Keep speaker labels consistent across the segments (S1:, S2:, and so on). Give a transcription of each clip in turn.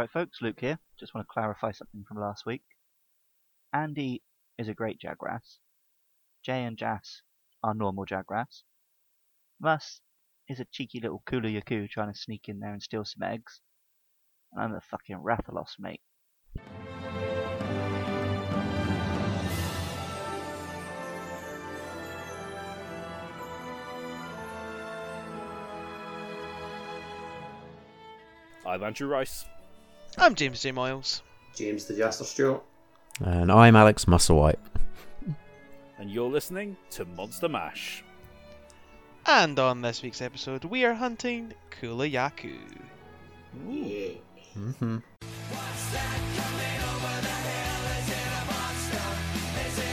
S1: Right, folks, Luke here. Just want to clarify something from last week. Andy is a great Jagras. Jay and Jas are normal Jagras. Mus is a cheeky little Kulu Yaku trying to sneak in there and steal some eggs. And I'm a fucking Rathalos, mate.
S2: I'm Andrew Rice.
S3: I'm James J. Miles.
S4: James the Jaster Stewart.
S5: And I'm Alex Musselwhite.
S2: and you're listening to Monster Mash.
S3: And on this week's episode, we are hunting Kula Yaku.
S4: Yeah.
S5: Mm-hmm.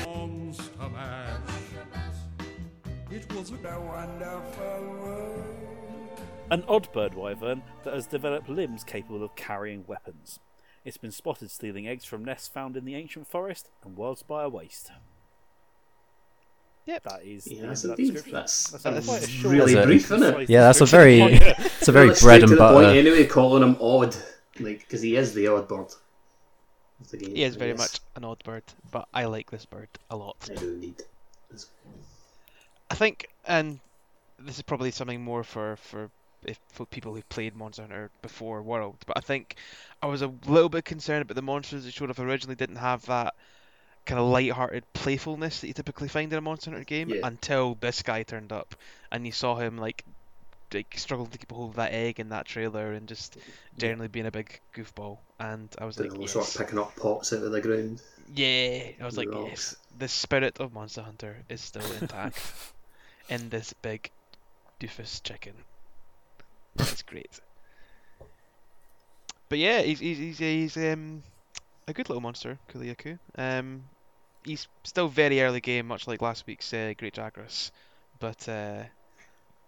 S6: Monster Mash. It was a wonderful world.
S2: An odd bird wyvern that has developed limbs capable of carrying weapons. It's been spotted stealing eggs from nests found in the ancient forest and wildspire waste.
S3: Yep.
S2: That is the end
S4: Yes,
S2: of that
S4: indeed.
S2: description.
S4: That's-
S2: a-
S3: that's
S2: quite a short
S4: really
S2: and
S4: brief, isn't it?
S2: concise
S5: Yeah, that's a very,
S2: description. Yeah.
S5: it's a very
S4: Well, it's
S5: bread
S4: straight
S5: and
S4: to the point
S5: butter.
S4: anyway, calling him odd, like because he is the odd bird. of the game,
S3: He is
S4: I
S3: very much
S4: guess.
S3: an odd bird, but I like this bird a lot.
S4: I do indeed. It's-
S3: I think, and this is probably something more for for if for people who played Monster Hunter before World, but I think I was a little bit concerned about the monsters that showed up originally didn't have that kind of light-hearted playfulness that you typically find in a Monster Hunter game
S4: Yeah.
S3: until this guy turned up and you saw him like like struggling to keep hold of that egg in that trailer and just generally being a big goofball and I was
S4: They're
S3: like
S4: all
S3: yes.
S4: sort of picking up pots out of the ground.
S3: Yeah, I was like,
S4: Rocks.
S3: yes, the spirit of Monster Hunter is still intact in this big doofus chicken. That's great. But yeah, he's he's he's, he's um a good little monster, Kuliaku. Um, he's still very early game, much like last week's uh, Great Jagras, but uh,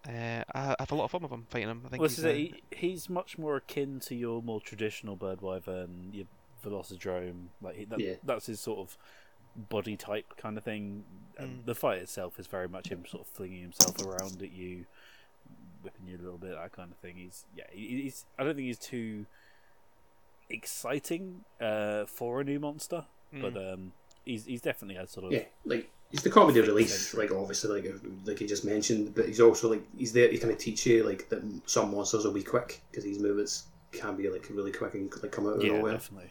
S3: uh, I have a lot of fun with him fighting him. I think
S2: Well, this
S3: he's
S2: is
S3: a-
S2: it. He, he's much more akin to your more traditional bird wyvern, your velocidrome. Like he, that,
S4: Yeah.
S2: that's his sort of body type kind of thing.
S3: Mm.
S2: And the fight itself is very much him sort of flinging himself around at you, whipping you a little bit, that kind of thing. He's yeah, he- he's. I don't think he's too exciting uh, for a new monster, but
S3: Mm.
S2: um, he's he's definitely had sort of
S4: Yeah, like he's the comedy of relief. Like obviously, like uh, like he just mentioned, but he's also like he's there to kind of teach you like that some monsters will be quick because these movements can be like really quick and like come out of
S2: yeah,
S4: nowhere.
S2: definitely.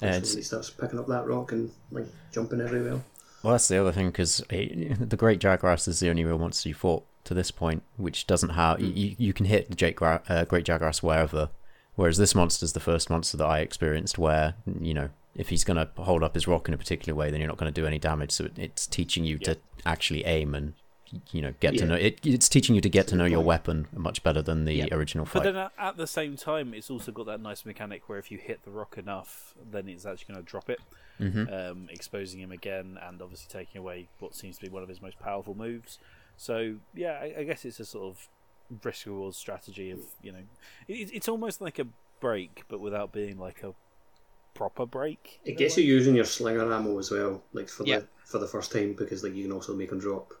S5: Yeah,
S4: Especially when he
S5: it's-
S4: starts picking up that rock and like jumping everywhere.
S5: well, that's the other thing because the Great Jagras is the only real monster you fought to this point, which doesn't have you. You can hit the Jake Gra- uh, Great Jagras wherever, whereas this monster's the first monster that I experienced where you know if he's going to hold up his rock in a particular way, then you're not going to do any damage. So it, it's teaching you to actually aim and you know get
S4: Yeah.
S5: to know it. It's teaching you to get to know your weapon much better than the original
S2: But
S5: fight.
S2: then uh, at, at the same time, it's also got that nice mechanic where if you hit the rock enough, then it's actually going to drop it, um, exposing him again, and obviously taking away what seems to be one of his most powerful moves. So yeah, I, I guess it's a sort of risk reward strategy of you know, it, it's almost like a break, but without being like a proper break.
S4: It gets you using your slinger ammo as well, like for
S3: Yeah.
S4: the for the first time because like you can also make them drop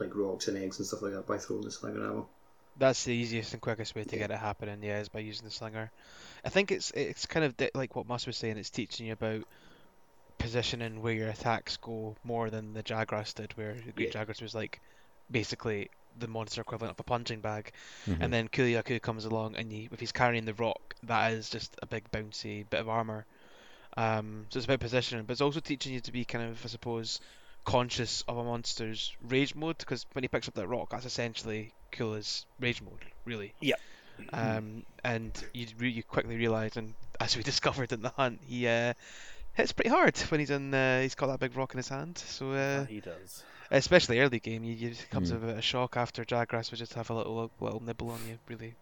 S4: like rocks and eggs and stuff like that by throwing the slinger ammo.
S3: That's the easiest and quickest way to get it happening, yeah, is by using the slinger. I think it's it's kind of di- like what Mus was saying. It's teaching you about positioning where your attacks go more than the Jagras did, where the Great Jagras was like basically the monster equivalent of a punching bag,
S5: Mm-hmm.
S3: and then Kuliaku comes along and he, if he's carrying the rock, that is just a big bouncy bit of armor. Um, so it's about positioning, but it's also teaching you to be kind of, I suppose, conscious of a monster's rage mode because when he picks up that rock, that's essentially Kula's rage mode, really.
S2: Yeah.
S3: Um, and you re- you quickly realise, and as we discovered in the hunt, he uh, hits pretty hard when he's in. Uh, he's got that big rock in his hand. So uh,
S2: He does.
S3: especially early game, you, you it
S5: Hmm.
S3: comes with a bit of shock after Jagras would just have a little little nibble on you, really.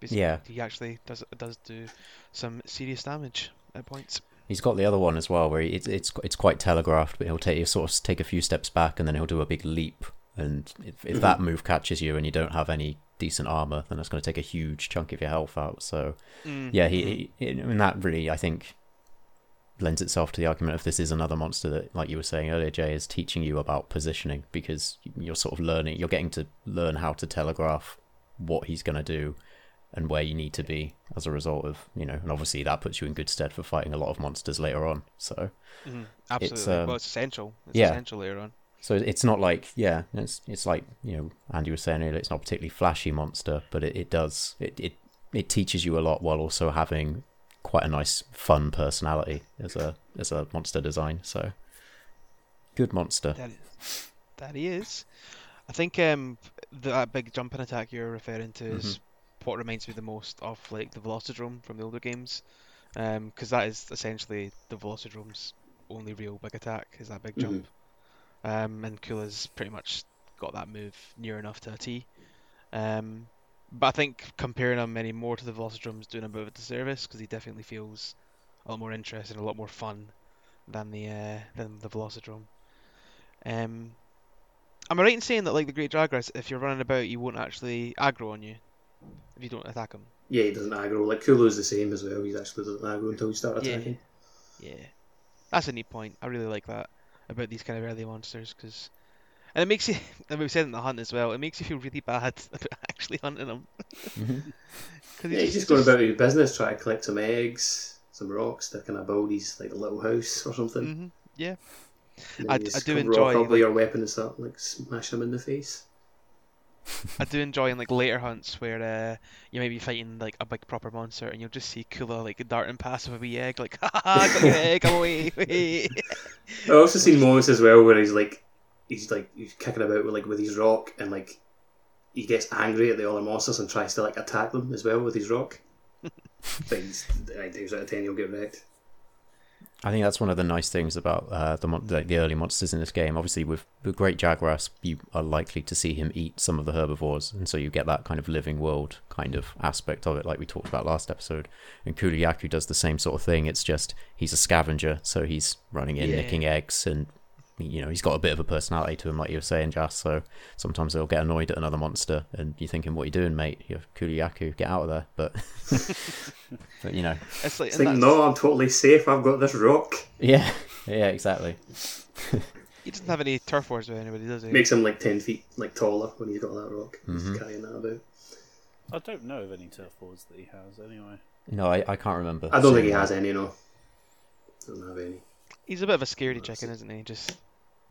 S3: Basically,
S5: Yeah.
S3: He actually does does do some serious damage at points.
S5: He's got the other one as well, where he, it's it's it's quite telegraphed, but he'll take he'll sort of take a few steps back and then he'll do a big leap. And if, if that move catches you and you don't have any decent armor, then that's going to take a huge chunk of your health out. So yeah, he, he and that really I think lends itself to the argument of this is another monster that, like you were saying earlier, Jay, is teaching you about positioning because you're sort of learning, you're getting to learn how to telegraph what he's going to do and where you need to be as a result of you know, and obviously that puts you in good stead for fighting a lot of monsters later on. So
S3: Mhm. Absolutely.
S5: um,
S3: well, it's essential. It's
S5: yeah.
S3: essential later on.
S5: so it's not like yeah, it's it's like you know Andy was saying earlier, it's not a particularly flashy monster, but it, it does it, it it teaches you a lot while also having quite a nice fun personality as a as a monster design. So good monster.
S3: That, that he is. I think um, the, that big jumping attack you're referring to is what reminds me the most of like the Velocidrome from the older games, because that is essentially the Velocidrome's only real big attack is that big
S4: Mhm.
S3: jump, um, and Kula's pretty much got that move near enough to a T. Um, but I think comparing him any more to the Velocidrome's doing a bit of a disservice because he definitely feels a lot more interesting, a lot more fun than the uh, than the Velocidrome. Um, am I right in saying that like the Great Jagras, if you're running about, you won't actually aggro on you if you don't attack him?
S4: Yeah, he doesn't aggro. Like Kulu's the same as well. He actually doesn't aggro until you start
S3: Yeah.
S4: attacking.
S3: Yeah, that's a neat point. I really like that about these kind of early monsters because, and it makes you. And we've said in the hunt as well. It makes you feel really bad about actually hunting them.
S5: Mhm.
S3: Cause
S4: Yeah, he's just going about your business, trying to collect some eggs, some rocks, sticking a Baldi's like little house or something.
S3: hmm yeah,
S4: And then
S3: I-
S4: you
S3: I
S4: just
S3: do
S4: come
S3: enjoy,
S4: Rock up
S3: like-
S4: with your weapon and start like smashing him in the face.
S3: I do enjoy in like later hunts where uh, you may be fighting like a big proper monster and you'll just see Kula like darting past with a wee egg, like ha ha, got your egg, I'm away. away."
S4: I've also seen moments as well where he's like, he's like he's kicking about with like with his rock and like he gets angry at the other monsters and tries to like attack them as well with his rock. but he's nine times out of ten he'll get wrecked.
S5: I think that's one of the nice things about uh, the mon- like the early monsters in this game. Obviously, with the Great Jaguars, you are likely to see him eat some of the herbivores, and so you get that kind of living world kind of aspect of it, like we talked about last episode. And Kuliaku does the same sort of thing. It's just he's a scavenger, so he's running in,
S3: Yeah.
S5: nicking eggs, and you know he's got a bit of a personality to him, like you were saying, Jas. So sometimes he'll get annoyed at another monster, and you're thinking, "What are you doing, mate? You're Kuliaku, get out of there!" But, but you know,
S3: It's like,
S4: It's
S3: and
S4: like,
S3: that's-
S4: no, I'm totally safe. I've got this rock.
S5: yeah, yeah, exactly.
S3: He doesn't have any turf wars with anybody, does he?
S4: Makes him like ten feet like taller when he's got that rock.
S5: Mhm.
S4: He's carrying that about.
S2: I don't know of any turf wars that he has anyway.
S5: No, I, I can't remember.
S4: I don't think he
S5: seeing
S4: has
S5: that.
S4: any. No, doesn't have any.
S3: He's a bit of a scaredy
S4: Let's
S3: chicken,
S4: see.
S3: isn't he? Just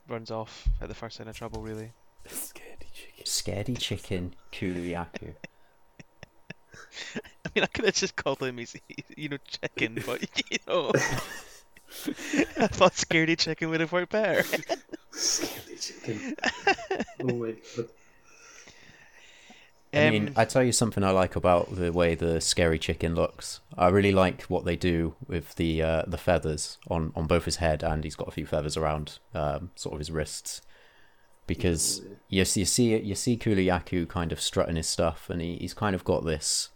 S3: runs off at the first sign of trouble, really.
S2: Scaredy chicken.
S5: Scaredy chicken kuliaku.
S3: I mean, I could have just called him, he's, he's, you know, chicken, but, you know. I thought scaredy chicken would have worked better.
S4: Scaredy chicken. oh my god.
S5: I mean,
S3: Um,
S5: I tell you something I like about the way the scary chicken looks. I really like what they do with the uh, the feathers on, on both his head, and he's got a few feathers around um, sort of his wrists. Because you see, you see, you see Kuliaku kind of strutting his stuff, and he, he's kind of got this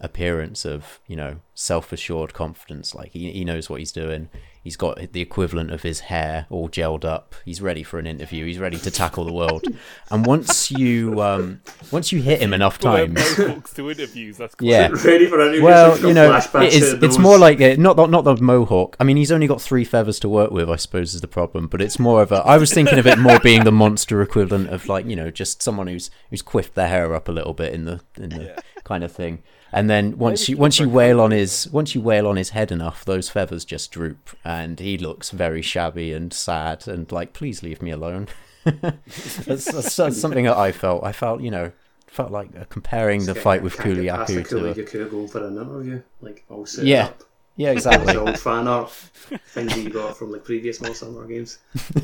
S5: appearance of you know self assured confidence. Like he he knows what he's doing. He's got the equivalent of his hair all gelled up. He's ready for an interview. He's ready to tackle the world. and once you um, once you hit him enough times,
S2: Botox to interviews. That's quite
S5: yeah.
S4: Ready for any
S5: Well,
S4: got
S5: you know,
S4: flashbacks
S5: it is,
S4: out of
S5: it's
S4: those.
S5: more like a, not the, not the mohawk. I mean, he's only got three feathers to work with, I suppose, is the problem. But it's more of a. I was thinking of it more being the monster equivalent of like you know just someone who's who's quiffed their hair up a little bit in the in the kind of thing. And then once
S2: Maybe
S5: you
S2: he
S5: once you
S2: looks
S5: wail on his once you wail on his head enough, those feathers just droop, and he looks very shabby and sad and like, please leave me alone. that's, that's, that's something that I felt. I felt you know felt like uh, comparing the
S4: Can't-
S5: fight with
S4: can't get past
S5: Kuliaku
S4: the
S5: to. A,
S4: Kuliaku going for an interview, like all set
S5: Yeah,
S4: up.
S5: yeah,
S4: All
S5: exactly.
S4: the old fan art things that you got from like previous Monster Hunter games.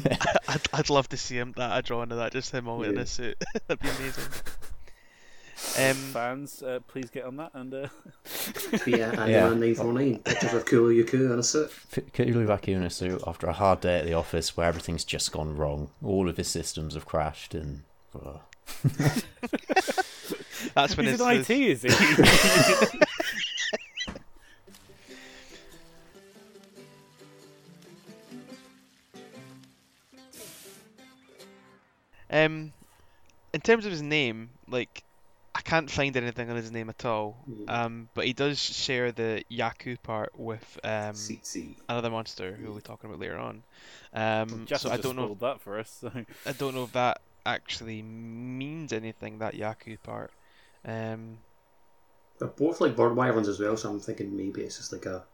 S3: I'd, I'd love to see him that a drawing of that, just him all in
S4: Yeah.
S3: a suit. That'd be amazing. Um,
S2: Fans, uh, please get on that. And uh,
S4: Yeah, and yeah.
S5: Yeah.
S4: 949 pictures of Kuliaku in a suit.
S5: Cthulhu Vacuum in a suit after a hard day at the office where everything's just gone wrong. All of his systems have crashed and. uh, ugh.
S3: that's when
S2: he's
S3: his,
S2: an IT,
S3: his-
S2: is he?
S3: Um, in terms of his name, like I can't find anything on his name at all.
S4: Hmm.
S3: Um, but he does share the Yaku part with um
S4: Tsetse.
S3: another monster who we'll be talking about later on. Um,
S2: Just
S3: so I don't know.
S2: spoiled that for us. So.
S3: I don't know if that actually means anything that Yaku part. Um,
S4: They're both like Birdwire ones as well, so I'm thinking maybe it's just like a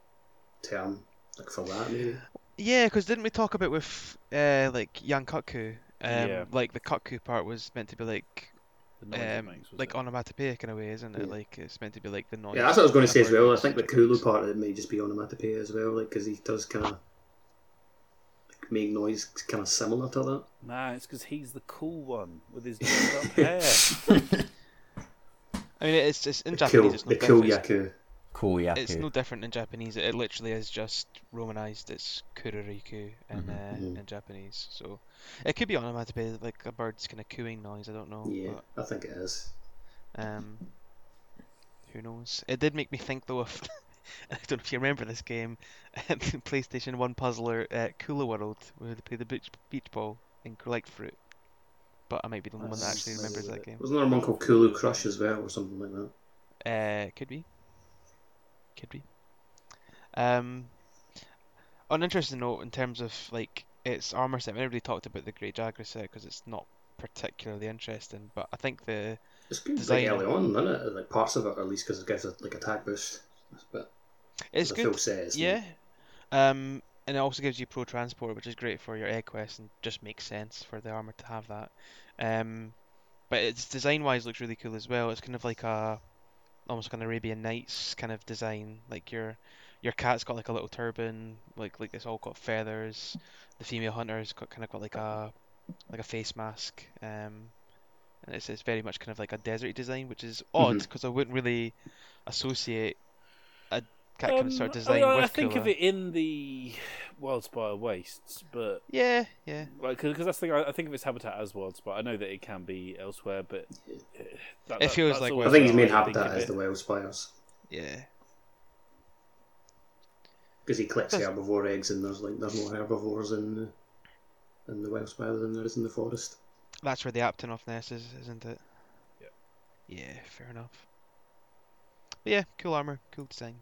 S4: term like for that maybe.
S3: Yeah, because didn't we talk about with uh, like Yan Kutku? Um,
S2: Yeah.
S3: Like the Kutku part was meant to be like
S2: The noise it
S3: um,
S2: makes was
S3: like
S2: it?
S3: onomatopoeic in a way, isn't it?
S4: Yeah.
S3: Like it's meant to be like the noise.
S4: Yeah, that's what I was going to say as well. I
S3: words
S4: think the
S3: that
S4: Kulu
S3: makes.
S4: part of it may just be onomatopoeia as well, like because he does kind of like, make noise kind of similar to that.
S2: Nah, it's because he's the cool one with his dolled up hair.
S3: I mean, it's just in
S4: The
S3: Japanese.
S4: cool,
S3: it's no
S4: the cool
S3: different.
S4: Yaku.
S5: Cool Yaku.
S3: It's no different in Japanese. It literally is just romanized. It's kururiku in
S5: Mhm.
S3: uh,
S4: Mhm.
S3: in Japanese. So it could be onomatopoeia, like a bird's kind of cooing noise. I don't know.
S4: Yeah,
S3: but-
S4: I think it is.
S3: Um, who knows? It did make me think though of. I don't know if you remember this game, PlayStation One puzzler, uh, Cooler World, where they play the beach, beach ball and collect fruit. But I might be the only one that
S4: That's-
S3: actually remembers that game.
S4: Wasn't there one called Kulu Crush as well, or something like that?
S3: Uh, could be. Could be. Um, on an interesting note, in terms of like its armor set, everybody talked about the Great Jaguar set because it's not particularly interesting. But I think the
S4: It's good
S3: Design.
S4: like early on, isn't it? Like parts of it, at least, because it gives a, like attack boost. But
S3: it's
S4: the
S3: good.
S4: Phil says,
S3: Yeah. Um, and it also gives you pro transport, which is great for your air quest and just makes sense for the armor to have that. Um, but it's design wise looks really cool as well. It's kind of like a almost like an Arabian Nights kind of design. Like your your cat's got like a little turban, like like it's all got feathers. The female hunter's got kind of got like a like a face mask. Um, and it's it's very much kind of like a deserty design, which is odd
S4: Mhm.
S3: because I wouldn't really associate a cat kind of sort of
S2: Um, I mean,
S3: design
S2: I,
S3: with
S2: I think
S3: Kula.
S2: of it in the Wildspire Wastes, but
S3: Yeah, yeah.
S2: because that's the thing. I, I think of its habitat as Wildspire. I know that it can be elsewhere, but
S4: Yeah.
S2: uh, that,
S3: It
S2: that-
S3: feels
S2: that's
S3: like
S2: always
S4: I think his
S2: how
S4: main
S2: I think
S4: habitat
S2: of
S4: is the
S2: it.
S4: wild spires
S3: Yeah.
S4: because he collects
S3: That's-
S4: herbivore eggs, and there's like there's more herbivores in the, in the wild spire than there is in the forest.
S3: That's where the Aptonoff nest is, isn't it?
S2: Yeah.
S3: Yeah, fair enough. But yeah, cool armor, cool design.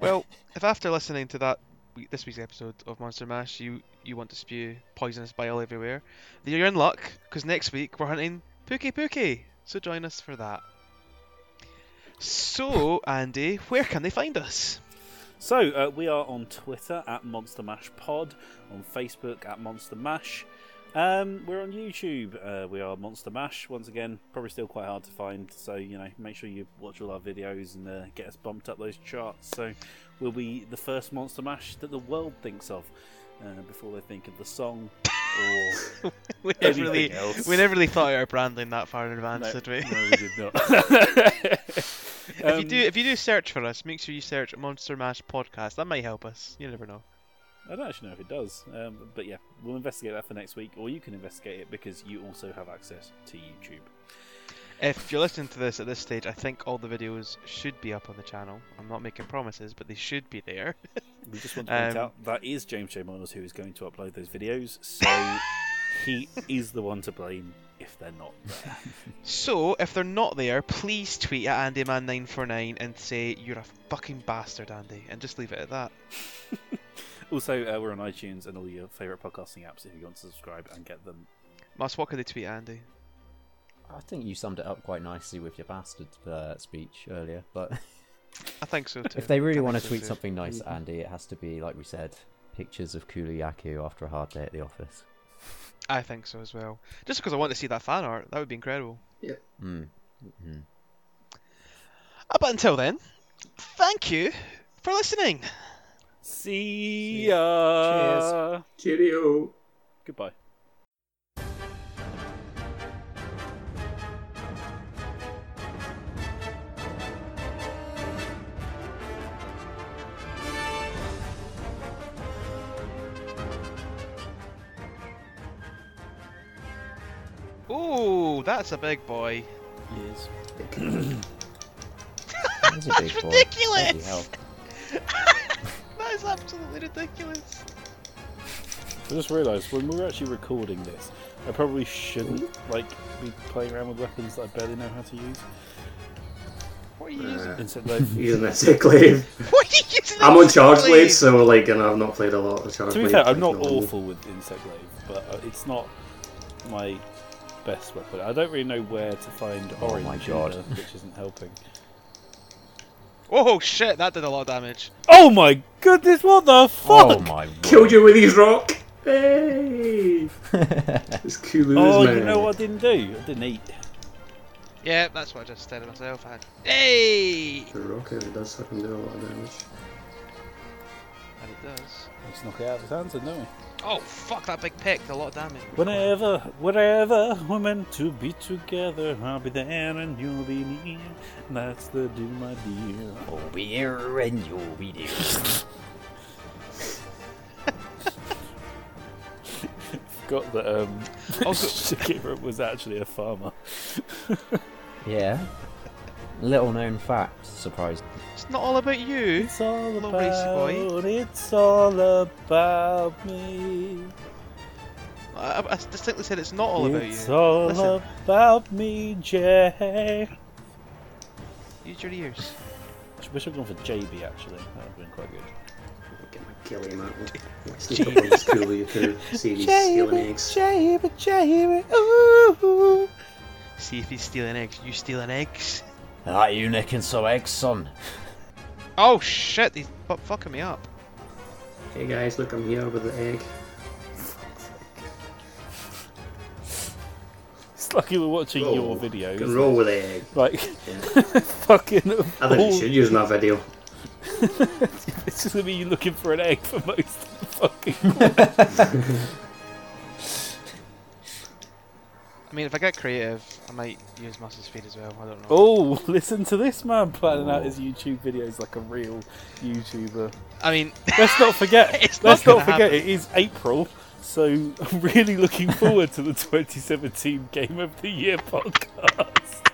S3: Well, if after listening to that we- this week's episode of Monster Mash, you you want to spew poisonous bile everywhere, then you're in luck because next week we're hunting Pookie Pookie. So join us for that. So, Andy, where can they find us?
S2: So uh, we are on Twitter at Monster Mash Pod, on Facebook at Monster Mash. Um, we're on YouTube. Uh, we are Monster Mash once again. Probably still quite hard to find, so you know, make sure you watch all our videos and uh, get us bumped up those charts. So we'll be the first Monster Mash that the world thinks of uh, before they think of the song or
S3: We never
S2: anything
S3: really,
S2: else.
S3: we never really thought of our branding that far in advance,
S2: No,
S3: did we?
S2: no, Um, we did not.
S3: if you do, if you do search for us, make sure you search Monster Mash Podcast. That might help us. You never know.
S2: I don't actually know if it does, um, but yeah, we'll investigate that for next week, or you can investigate it because you also have access to YouTube.
S3: If you're listening to this at this stage, I think all the videos should be up on the channel. I'm not making promises, but they should be there.
S2: We just want to point
S3: Um,
S2: out that is James J. Miles who is going to upload those videos, so he is the one to blame if they're not.
S3: So, if they're not there, please tweet at AndyMan949 and say you're a fucking bastard, Andy, and just leave it at that.
S2: Also, uh, we're on iTunes and all your favourite podcasting apps if you want to subscribe and get them.
S3: Mas, what could they tweet, at Andy?
S5: I think you summed it up quite nicely with your bastard uh, speech earlier. But
S3: I think so too.
S5: if they really
S3: I
S5: want to
S3: think so
S5: tweet
S3: too.
S5: something nice, at Andy, it has to be like we said, pictures of Kulu Yaku after a hard day at the office.
S3: I think so as well. Just because I want to see that fan art, that would be incredible.
S5: Mm. hmm
S3: Uh, But until then, thank you for listening.
S2: See ya. Cheers.
S4: Cheerio.
S2: Goodbye.
S3: Ooh, that's a big boy.
S2: Cheers.
S5: That's, a big boy.
S3: ridiculous!
S5: Bloody hell.
S3: That is absolutely ridiculous.
S2: I just realised when we were actually recording this, I probably shouldn't like be playing around with weapons that I barely know how to use.
S3: What What are you using?
S4: Uh,
S2: Insect Glaive.
S4: Using a sick glaive.
S3: What are you using?
S4: I'm on charge
S3: Exactly.
S4: blades, so like, and I've not played a lot of charge
S2: to be
S4: blades.
S2: fair, I'm not
S4: Like, no.
S2: awful with Insect Glaive, but uh, it's not my best weapon. I don't really know where to find orange,
S5: my God.
S2: either, which isn't helping.
S3: Oh shit, that did a lot of damage.
S2: Oh my goodness, what the fuck?
S5: Oh my
S4: Killed you with his rock. Hey, it's cool.
S2: Oh,
S4: man.
S2: you know what I didn't do? I didn't eat.
S3: Yeah, that's what I just said to myself. I... Hey!
S4: The rock it does fucking do a lot of damage.
S3: And it does.
S2: Let's knock it out of his hands, then, don't we?
S3: Oh fuck, that big pick did a lot of damage.
S2: Whenever, wherever we're meant to be together, I'll be there and you'll be near. That's the deal, my dear.
S5: I'll be here and you'll be there.
S2: Forgot that um,
S3: Also-
S2: Shakira was actually a farmer.
S5: yeah. Little known fact, surprise.
S3: It's not all about you.
S2: It's all
S3: Little
S2: about,
S3: racy boy.
S2: it's all about me.
S3: I, I distinctly said it's not all about you.
S2: it's all
S3: Listen.
S2: about me, Jay.
S3: Use your ears.
S2: Wish I'd gone for JB actually. That would have been quite good.
S4: Get my killing him out. Sneak up on this cooler, you could see if he's stealing eggs.
S2: JB, JB, ooh.
S3: See if he's stealing eggs. You stealing eggs?
S5: That you nicking some eggs, son.
S3: Oh shit, he's bu- fucking me up.
S4: Hey guys, look, I'm here with the egg.
S2: It's like you were watching your video.
S4: Can
S2: isn't
S4: roll
S2: it?
S4: with the egg.
S2: Like, fucking.
S4: I think
S2: all-
S4: you should use that video.
S2: It's just gonna be you looking for an egg for most of the fucking.
S3: I mean, if I get creative, I might use Master's Feed as well. I don't know.
S2: oh, listen to this man planning out his YouTube videos like a real YouTuber.
S3: I mean,
S2: Let's not forget.
S3: It's
S2: let's
S3: not
S2: not,
S3: gonna
S2: forget.
S3: happen.
S2: It is April, so I'm really looking forward to the 2017 Game of the Year podcast.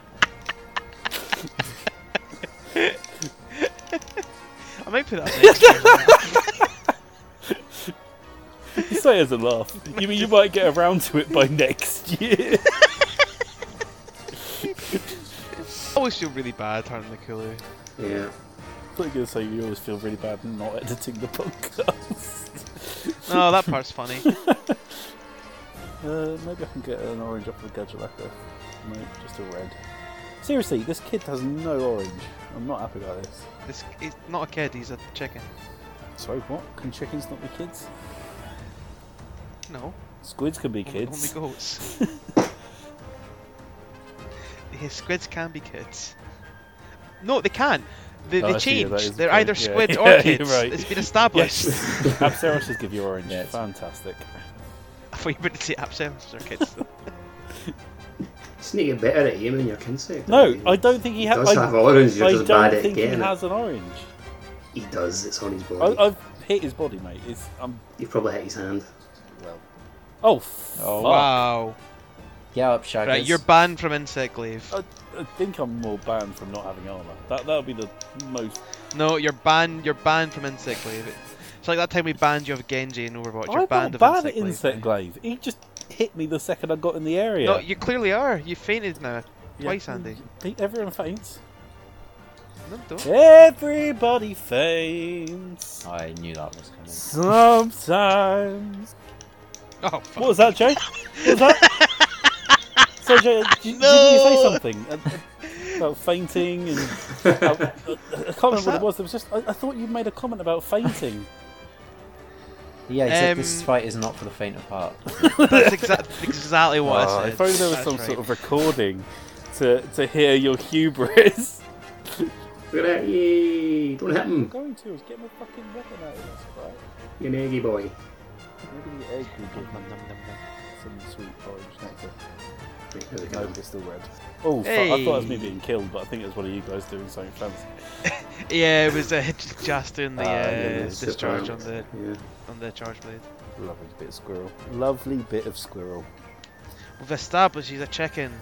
S3: I might put that up next year.
S2: Say as a laugh. You mean you might get around to it by next year?
S3: I always feel really bad turning the Kulu.
S4: Yeah.
S2: I'm gonna say you always feel really bad not editing the podcast.
S3: No, that part's funny.
S2: Uh, maybe I can get an orange off of the gadget lacquer. No, just a red. Seriously, this kid has no orange. I'm not happy about this.
S3: This, he's not a kid, he's a chicken.
S2: So what? Can chickens not be kids?
S3: No,
S2: Squids can be
S3: only-
S2: kids.
S3: only goats. His squids can be kids. No, they can. They,
S2: Oh,
S3: they
S2: I see, yeah, that
S3: change.
S2: is a
S3: They're
S2: point,
S3: either
S2: yeah.
S3: squids
S2: Yeah,
S3: or
S2: you're
S3: kids.
S2: right.
S3: It's been established.
S2: Apsaros just give you orange.
S5: Yeah, it's-
S2: Fantastic.
S3: I thought you were going to say Apsaros or kids.
S4: Just need to get better at aiming your kinsect.
S2: No, I don't think he
S4: He
S2: has.
S4: does
S2: I,
S4: have orange, you're
S2: I
S4: just
S2: don't
S4: bad at
S2: think he
S4: getting it.
S2: has an orange.
S4: He does, it's on his body.
S2: I, I've hit his body, mate. It's um.
S4: You probably hit his hand.
S2: Well. Oh. Oh.
S3: wow.
S5: Yeah, up, shaggers.
S3: Right, you're banned from Insect Glaive.
S2: I, I think I'm more banned from not having armor. That that would be the most.
S3: No, you're banned. You're banned from Insect Glaive. It's like that time we banned you of Genji in Overwatch. You're
S2: I'm
S3: banned
S2: not
S3: of
S2: bad at
S3: Insect Glaive.
S2: insect glaive. He just hit me the second I got in the area.
S3: No, you clearly are. You fainted now. Twice, Andy.
S2: Pe- Everyone faints.
S3: No, don't.
S2: Everybody faints.
S5: Oh, I knew that was coming.
S2: Sometimes.
S3: Oh,
S2: What was that, Jay? What was that? so, Jay, did,
S3: No.
S2: did you say something a- about fainting? And about- I can't remember what it
S3: that?
S2: was. There was just I, I thought you made a comment about fainting.
S5: Yeah, he said this
S3: Um,
S5: fight is not for the faint of heart.
S3: that's exa- exactly what I said.
S2: if only Uh, there was
S3: That's
S2: some
S3: right.
S2: sort of recording to to hear your hubris.
S4: Look at that, yay! Don't hit him,
S2: going to is get my fucking weapon out of this, right?
S4: you naggy boy.
S2: Maybe the egg will give
S3: Nom,
S2: me
S3: nom, nom, nom.
S2: some sweet orange nectar.
S4: Right, There we
S2: No,
S4: go.
S2: it's still red. Oh, fuck, I thought it was me being killed, but I think it was one of you guys doing something fancy.
S3: Yeah, it was uh, just doing the
S2: Ah,
S3: uh,
S2: yeah, yeah,
S4: It's just
S3: discharge on
S4: around.
S3: the
S4: Yeah.
S3: on the charge blade.
S2: Lovely bit of squirrel. Lovely bit of squirrel.
S3: We've established he's a chicken.